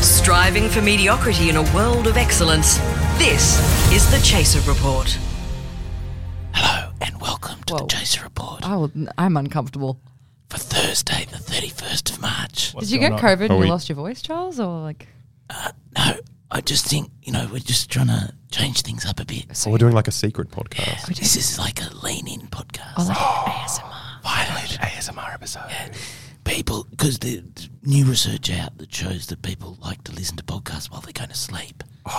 striving for mediocrity in a world of excellence. This is the Chaser Report. Hello and welcome to Whoa. the Chaser Report Oh, I'm uncomfortable. for Thursday, the 31st of March. Did you get going on? COVID Are and you we- lost your voice, Charles? Or like, No, I just think, you know, we're just trying to change things up a bit. Oh, we're doing like a secret podcast. This is like a lean in podcast. like ASMR. Finally, the ASMR episode. Yeah. People, because the the new research out that shows that people like to listen to podcasts while they're going to sleep. So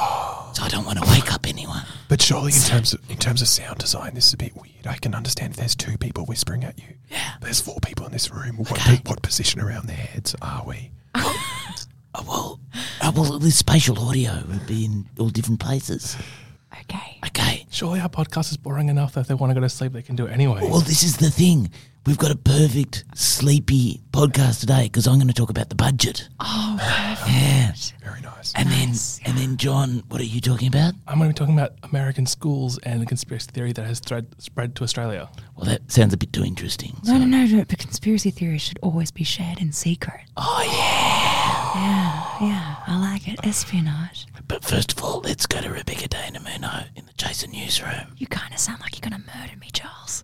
I don't want to wake up anyone. But surely, in terms of in terms of sound design, this is a bit weird. I can understand if there's two people whispering at you. Yeah. There's four people in this room. What, Okay. what position around their heads are we? Oh, well, oh, well, this spatial audio would be in all different places. okay. Okay. Surely our podcast is boring enough that if they want to go to sleep, they can do it anyway. Well, this is the thing. We've got a perfect sleepy podcast today because I'm going to talk about the budget. Oh, yeah. Very nice. And then, and then, John, what are you talking about? I'm going to be talking about American schools and the conspiracy theory that has thread, spread to Australia. Well, that sounds a bit too interesting. No, no, no, no. But conspiracy theories should always be shared in secret. Oh yeah. Yeah, I like it. Espionage. But first of all, let's go to Rebecca De Namuno in the Chaser newsroom. You kind of sound like you're going to murder me, Charles.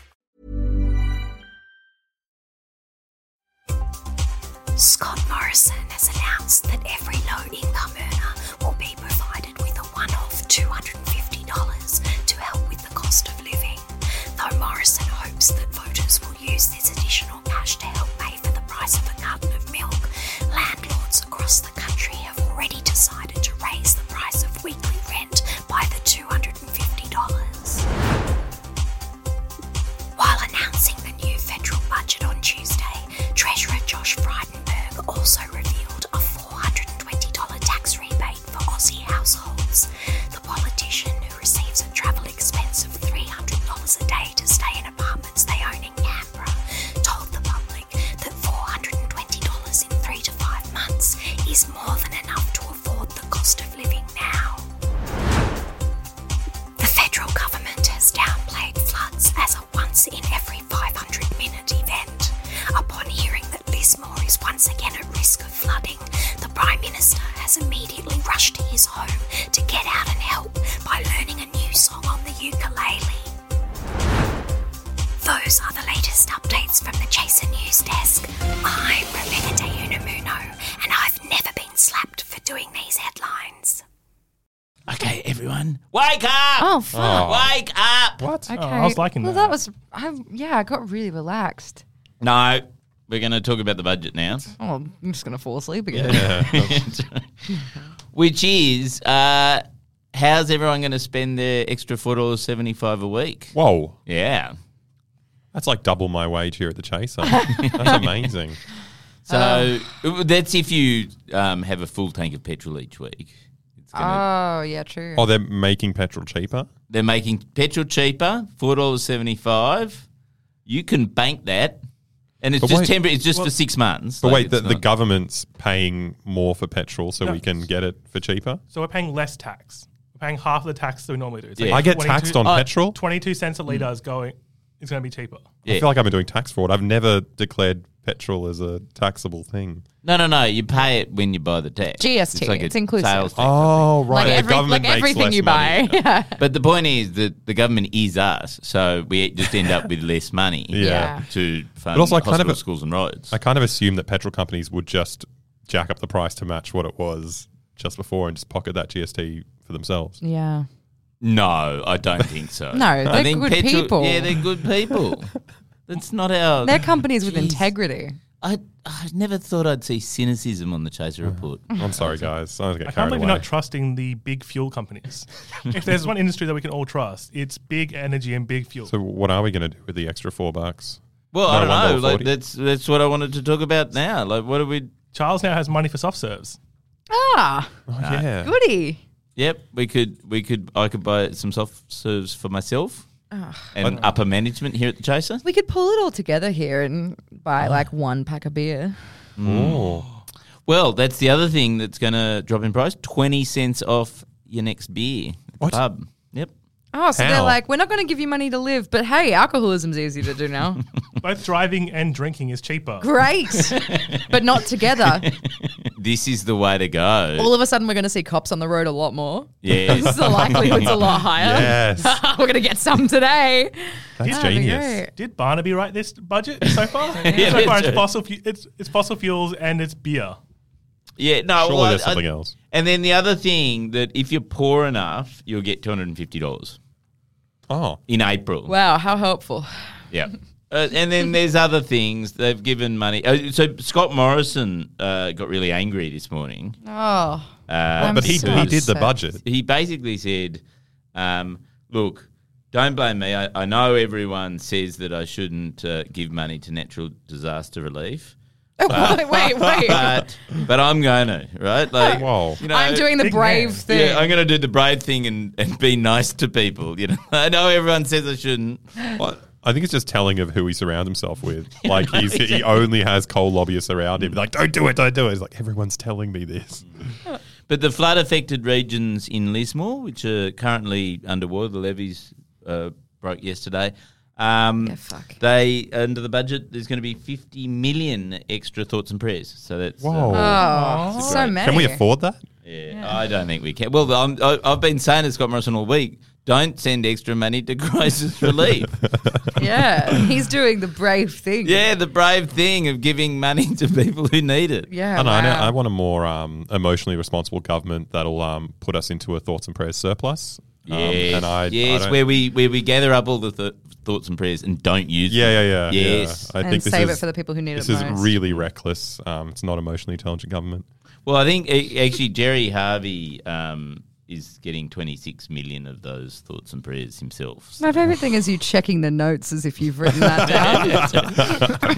Scott Morrison has announced that every low income earner will be provided with a one off $250 to help with the cost of living. Though Morrison hopes that voters will use this additional cash to help pay for the price of a carton of milk, landlords across the country have already decided to raise the price of weekly rent by the $250. While announcing the new federal budget on Tuesday, Treasurer Josh Frydenberg also revealed a $420 tax rebate for Aussie households. The politician, who receives a travel expense of $300 a day to stay in apartments they own in Canberra, told the public that $420 in three to five months is more than enough to afford the cost of living now. The federal government has downplayed floods as a once in every 500 minute event. Upon hearing that Lismore is once again at risk of flooding, the Prime Minister has immediately rushed to his home to get out and help by learning a new song on the ukulele. Those are the latest updates from the Chaser News Desk. I'm Rebecca De Unamuno, and I've never been slapped for doing these headlines. Okay, everyone, wake up! Oh, fuck. Wake up! What? Okay. Oh, I was liking well, that. that was, I, yeah, I got really relaxed. No, we're going to talk about the budget now. Oh, I'm just going to fall asleep again. Which is, uh, how's everyone going to spend their extra four dollars seventy five a week? Whoa. Yeah. That's like double my wage here at the Chaser. That's amazing. Oh. So that's if you um, have a full tank of petrol each week. It's gonna, Oh, yeah, true. Oh, they're making petrol cheaper. they're making petrol cheaper, four dollars seventy five. You can bank that, and it's But just wait- temporary. It's just for six months. But Like, wait, the, it's the not- government's paying more for petrol so No. we can get it for cheaper. So we're paying less tax. We're paying half the tax that we normally do. It's I get 22 taxed on Uh, Mm. petrol. 22 cents a litre is going, it's going to be cheaper. Yeah. I feel like I've been doing tax fraud. I've never declared petrol as a taxable thing. no, no, no. You pay it when you buy the tax. GST, it's inclusive. Sales tax. Oh, right. like, The every, government like makes everything less you money. buy. Yeah. But the point is that the government is us, so we just end up with less money. Yeah. Yeah. To fund But also I kind of- hospitals, schools, and roads. I kind of assumed that petrol companies would just jack up the price to match what it was just before and just pocket that GST for themselves. yeah. No, I don't think so. No, I they're think good people. Yeah, they're good people. That's not our. They're companies with Jeez. integrity. I, I never thought I'd see cynicism on the Chaser Report. I'm sorry, guys. I was I getting can't carried believe away. you're not trusting the big fuel companies. if there's one industry that we can all trust, it's big energy and big fuel. so what are we going to do with the extra four bucks? Well, No, I don't know. $1.40. Like that's that's what I wanted to talk about now. Like, what are we? Charles now has money for soft serves. Ah, Oh, yeah. goody. Yep, we could we could I could buy some soft serves for myself and upper management here at the Chaser. We could pull it all together here and buy like one pack of beer. Well, that's the other thing that's going to drop in price: twenty cents off your next beer at the What? pub. Yep. Oh, so they're How? like, we're not going to give you money to live, but hey, alcoholism's easy to do now. Both driving and drinking is cheaper. Great, but not together. This is the way to go. All of a sudden, we're going to see cops on the road a lot more. yes. The likelihood's a lot higher. Yes. we're going to get some today. That's Yeah, that'd be genius. great. Did Barnaby write this budget so far? me so far, it's too. fossil, fu- it's, it's fossil fuels and it's beer. Yeah. No. Surely well, I- there's something I- else. And then the other thing that if you're poor enough, you'll get two hundred and fifty dollars Oh, in April. Wow, how helpful. Yeah. Uh, and then there's other things they've given money. Uh, so Scott Morrison uh, got really angry this morning. Oh, Uh, but he, so he did the upset. budget. he basically said, um, "Look, don't blame me. I, I know everyone says that I shouldn't uh, give money to natural disaster relief, wait, wait, wait. but but I'm going to right. Like, Whoa. you know, I'm doing the big brave man. thing. Yeah, I'm going to do the brave thing and, and be nice to people. You know, I know everyone says I shouldn't. What? I think it's just telling of who he surrounds himself with. Like he's, he only has coal lobbyists around him. Like, don't do it, don't do it. He's like, everyone's telling me this. But the flood affected regions in Lismore, which are currently underwater, the levees uh, broke yesterday. Um, Yeah, fuck. They under the budget, there's going to be 50 million extra thoughts and prayers. So that's uh, Whoa. oh, so many. Can we afford that? yeah, I don't think we can. Well, I'm, I, I've been saying to Scott Morrison all week, don't send extra money to crisis relief. Yeah, he's doing the brave thing. yeah, the brave thing of giving money to people who need it. Yeah. I know. I, know, Oh, wow. I want a more um, emotionally responsible government that'll um, put us into a thoughts and prayers surplus. Um, Yes, and I, I yes, don't- where we where we gather up all the th- thoughts and prayers and don't use them. yeah, yeah, yeah. Yes. yeah. I and think this save is, it for the people who need This it is most. really reckless. Um, it's not emotionally intelligent government. Well, I think a- actually Jerry Harvey um, is getting 26 million of those thoughts and prayers himself. So- My favorite thing is you checking the notes as if you've written that down.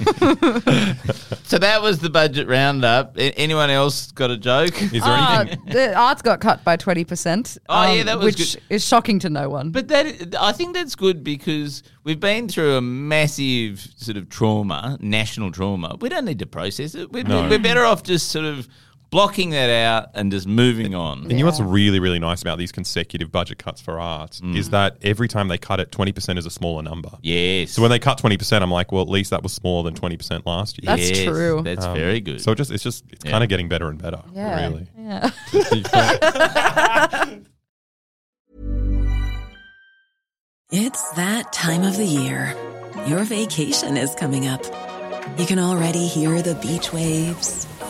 so that was the budget roundup. A- anyone else got a joke? Is there Uh, anything? the arts got cut by 20%. Oh, yeah, that was Which good. is shocking to no one. But that I think that's good because we've been through a massive sort of trauma, national trauma. We don't need to process it. We're, No. we're better off just sort of blocking that out and just moving on. And you know what's really, really nice about these consecutive budget cuts for arts is that every time they cut it, 20% is a smaller number. Mm. Yes. So when they cut 20%, I'm like, well, at least that was smaller than 20% last year. That's Yes, true. That's Um, very good. So it just it's just it's Yeah. kind of getting better and better, Yeah. really. yeah. It's that time of the year. Your vacation is coming up. You can already hear the beach waves,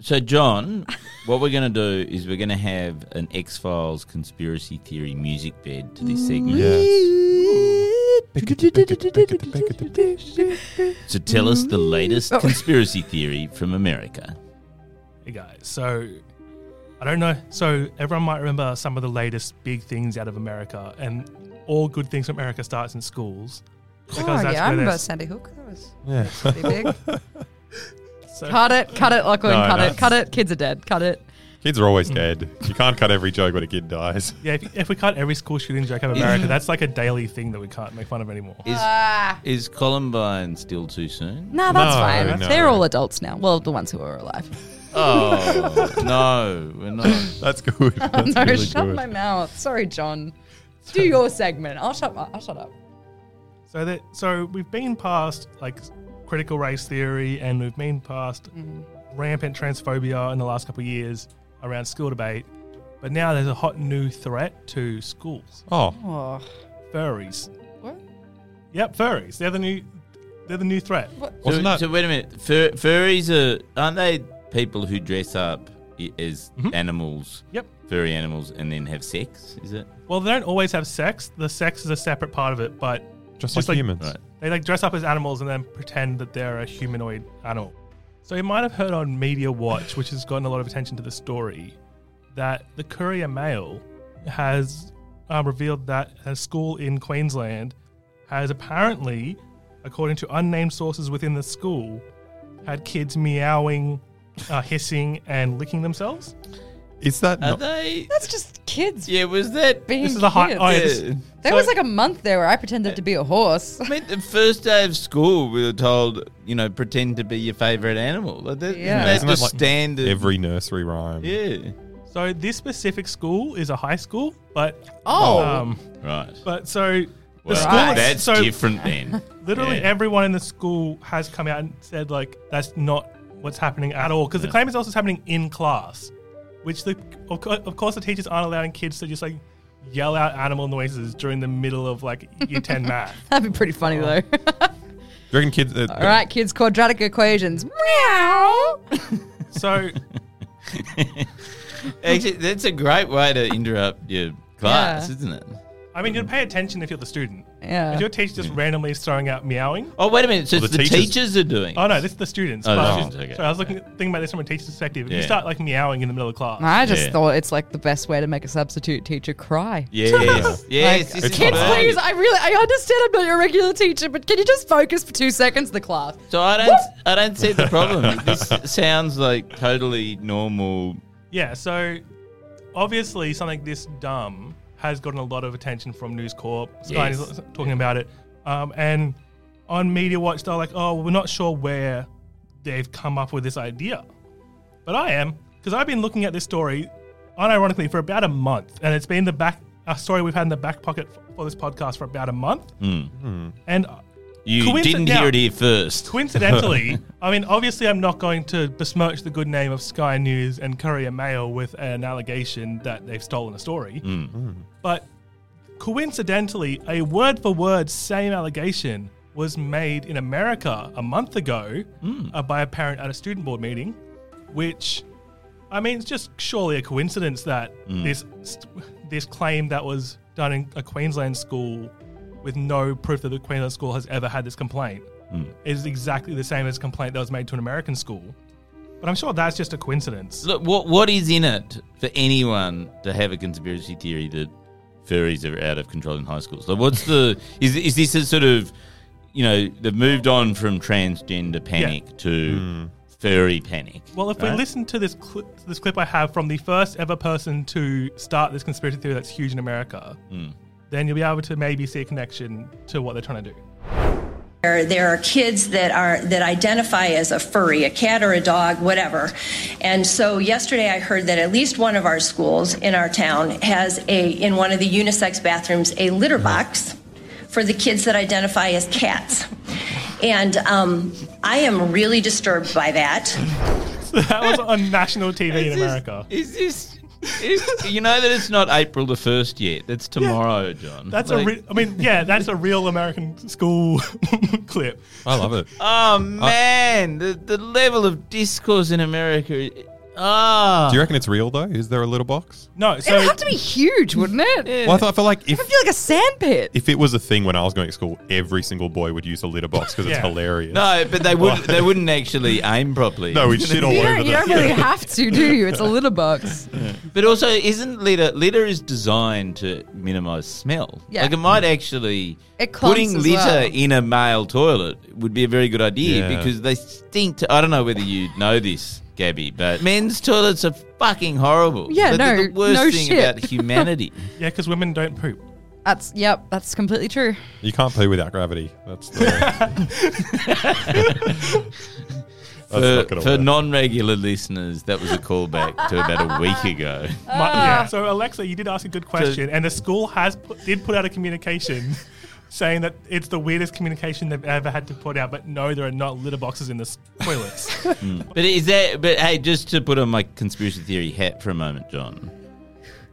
So, John, what we're going to do is we're going to have an X Files conspiracy theory music bed to this segment. So, tell us the latest conspiracy theory from America. Hey guys, so I don't know. So everyone might remember some of the latest big things out of America, and all good things from America starts in schools. Oh, yeah, I where remember there's- Sandy Hook. That was pretty big. so- cut it, cut it, Lachlan, No, cut no. it, cut it. Kids are dead, cut it. Kids are always dead. You can't cut every joke when a kid dies. Yeah, if, if we cut every school shooting joke out of America, that's like a daily thing that we can't make fun of anymore. Is, is Columbine still too soon? No, that's No, fine. no. They're all adults now. Well, the ones who are alive. Oh, no, we're not. That's good. That's no, really shut good. my mouth. Sorry, John. Do your segment. I'll shut. My, I'll shut up. So that so we've been past like critical race theory, and we've been past rampant transphobia in the last couple of years around school debate, but now there's a hot new threat to schools: oh, Oh, furries. what? Yep, furries. They're the new. They're the new threat. So, wasn't that so wait a minute. Fur, furries are aren't they people who dress up i- as animals, Yep. furry animals, and then have sex. Is it? Well, they don't always have sex. The sex is a separate part of it, but Just like humans. Right. they like dress up as animals and then pretend that they're a humanoid animal. So you might have heard on Media Watch, which has gotten a lot of attention to the story, that the Courier Mail has uh, revealed that a school in Queensland has apparently, according to unnamed sources within the school, had kids meowing, uh, hissing, and licking themselves. Is that Are they? That's just kids. Yeah, was that being This is a hot- kids. oh, yeah, this- there so- was like a month there where I pretended to be a horse. I mean, the first day of school, we were told, you know, pretend to be your favorite animal. Like that, Yeah. yeah. That's the standard. Every nursery rhyme. yeah. So this specific school is a high school, but um, Oh. Right. But so the Well, school Right. that's different then. Literally Yeah. everyone in the school has come out and said like that's not what's happening at all because the Yeah. claim is also happening in class, which the of, co- of course the teachers aren't allowing kids to just like yell out animal noises during the middle of like year ten math. Oh. That'd be pretty funny though. Do you reckon kids? All right, kids, quadratic equations. Meow. So Actually, that's a great way to interrupt your class, isn't it? I mean, you'd pay attention if you're the student. Yeah. If your teacher just randomly is throwing out meowing. Oh, wait a minute. So Well, it's the the teachers- teachers are doing Oh, no, it. this is the students. Oh, the But- students, okay. So I was looking, thinking about this from a teacher's perspective. If you Yeah. start like meowing in the middle of class. I just thought. thought it's like the best way to make a substitute teacher cry. Yes. yes. Like, this is kids, right. please. I really, I understand I'm not your regular teacher, but can you just focus for two seconds, the class? So I don't, I don't see the problem. this sounds like totally normal. Yeah, so obviously something this dumb has gotten a lot of attention from News Corp. Sky Yes. is talking about it. Um, and on Media Watch, they're like, oh, we're not sure where they've come up with this idea. But I am, because I've been looking at this story, unironically, for about a month. And it's been the back a story we've had in the back pocket f- for this podcast for about a month. Hmm. And You coinci- didn't now, hear it here first. Coincidentally, I mean, obviously, I'm not going to besmirch the good name of Sky News and Courier Mail with an allegation that they've stolen a story. Mm. Mm. But coincidentally, a word for word same allegation was made in America a month ago uh, by a parent at a student board meeting, which, I mean, it's just surely a coincidence that Mm. this st- this claim that was done in a Queensland school with no proof that the Queensland school has ever had this complaint Mm. is exactly the same as a complaint that was made to an American school. But I'm sure that's just a coincidence. Look, what what is in it for anyone to have a conspiracy theory that furries are out of control in high schools? Like, what's the is is this a sort of you know they've moved on from transgender panic to furry panic? Well, if we right? listen to this cli this clip I have from the first ever person to start this conspiracy theory that's huge in America, Mm. then you'll be able to maybe see a connection to what they're trying to do. There, there are kids that are that identify as a furry, a cat or a dog, whatever. And so yesterday I heard that at least one of our schools in our town has a in one of the unisex bathrooms a litter box for the kids that identify as cats. And um, I am really disturbed by that. So that was on national TV in America. Is this? you know that it's not April the first yet. That's tomorrow, John. That's Like- a. Re- I mean, yeah, that's a real American school clip. I love it. Oh man, the, the level of discourse in America. Ah, Do you reckon it's real though? Is there a little box? No, It'd have to be huge, wouldn't it? Well, I thought I feel like if It'd be like a sandpit. if it was a thing when I was going to school, every single boy would use a litter box because Yeah. it's hilarious. No, but they wouldn't. they wouldn't actually aim properly. No, we'd shit all You over don't, them. you don't really have to, do you? It's a litter box. But also, isn't litter litter is designed to minimise smell? Yeah. Like it might actually It clumps putting as litter well. in a male toilet would be a very good idea Yeah. because they stink. To, I don't know whether you know this, Gabby, but men's toilets are fucking horrible. Yeah, Like, they're no, the worst no thing shit. about humanity. Yeah, because women don't poop. That's yep. That's completely true. You can't poo without gravity. That's the. That's for not gonna for work. non-regular listeners, that was a callback to about a week ago. Ah. My- yeah. So Alexa, you did ask a good question, and the school has put, did put out a communication saying that it's the weirdest communication they've ever had to put out. But no, there are not litter boxes in the s- toilets. Mm. But is that? But hey, just to put on my conspiracy theory hat for a moment, John,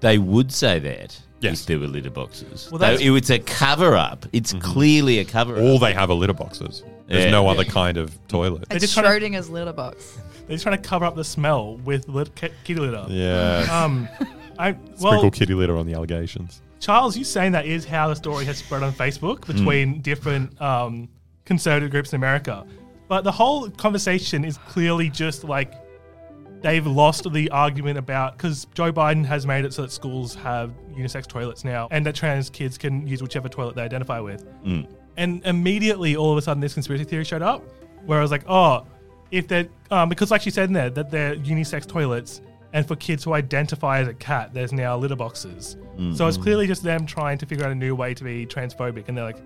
they would say that if there were litter boxes. Well, Though that's- it was a cover up. It's Mm-hmm. clearly a cover. All they have are litter boxes. There's Yeah. no Yeah. other kind of toilet. It's Schrodinger's litter box. They're just trying to cover up the smell with lit- ki- kitty litter. Yeah. Um, I Sprinkle well, kitty litter on the allegations. Charles, you saying that is how the story has spread on Facebook between different um, conservative groups in America. But the whole conversation is clearly just like they've lost the argument about because Joe Biden has made it so that schools have unisex toilets now and that trans kids can use whichever toilet they identify with. Mm. And immediately, all of a sudden, this conspiracy theory showed up where I was like, oh, if they're, um, because like she said in there, that they're unisex toilets. And for kids who identify as a cat, there's now litter boxes. So it's Mm. clearly just them trying to figure out a new way to be transphobic. And they're like,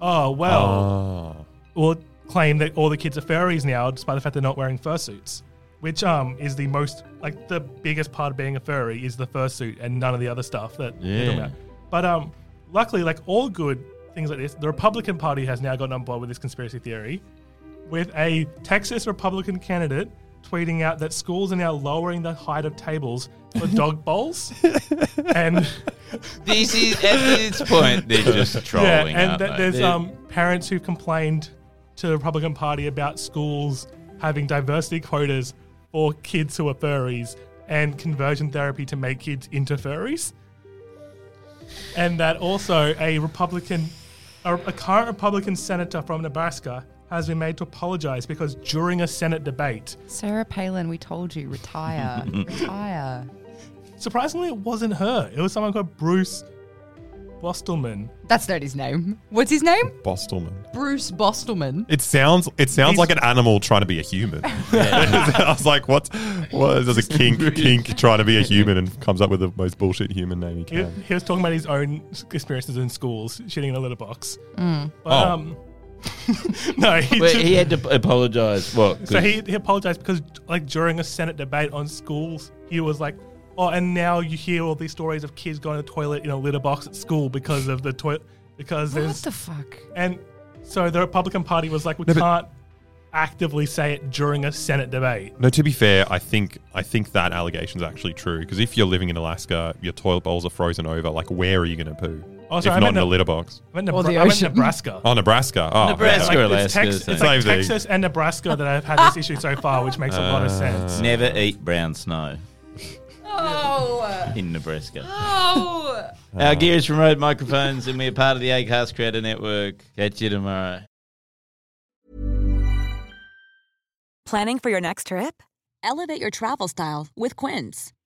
oh, Ah, well, we'll claim that all the kids are furries now, despite the fact they're not wearing fursuits, which um, is the most, like, the biggest part of being a furry is the fursuit and none of the other stuff that they're talking Yeah. about. But um, luckily, like all good things like this, the Republican Party has now gotten on board with this conspiracy theory, with a Texas Republican candidate tweeting out that schools are now lowering the height of tables for dog bowls, and This is at this point they're just trolling. yeah, aren't and that they? there's They're- um, parents who've complained to the Republican Party about schools having diversity quotas for kids who are furries and conversion therapy to make kids into furries. And that also a Republican, a, a current Republican senator from Nebraska has been made to apologize because during a Senate debate, Sarah Palin, we told you, retire. retire. surprisingly, it wasn't her. It was someone called Bruce Bostelman. That's not his name. What's his name? Bostelman. Bruce Bostelman. It sounds it sounds like an animal trying to be a human. I was like, what? What? There's a kink kink trying to be a human and comes up with the most bullshit human name he He, can. he was talking about his own experiences in schools, shitting in a litter box. Mm. But, Oh. um, no, he, Wait, just- he had to apologise. What? 'cause- So he, he apologized because, like, during a Senate debate on schools, he was like, "Oh, and now you hear all these stories of kids going to the toilet in a litter box at school because of the toilet because What there's the fuck?" And so the Republican Party was like, "We No, but- can't actively say it during a Senate debate." No, to be fair, I think I think that allegation's actually true because if you're living in Alaska, your toilet bowls are frozen over. Like, where are you going to poo? Oh, sorry, if I not meant in a Neb- litter box. I meant Or Nebra- the I meant ocean. Nebraska. Oh, Nebraska. Oh, Nebraska or yeah. It's, Alaska. Tex- it's same like thing. Uh, Texas and Nebraska that have had this issue so far, which makes a lot of sense. Never eat brown snow Oh. in Nebraska. Oh. Our gear is from Road Microphones, and we're part of the Acast Creator Network. Catch you tomorrow. Planning for your next trip? Elevate your travel style with Quince.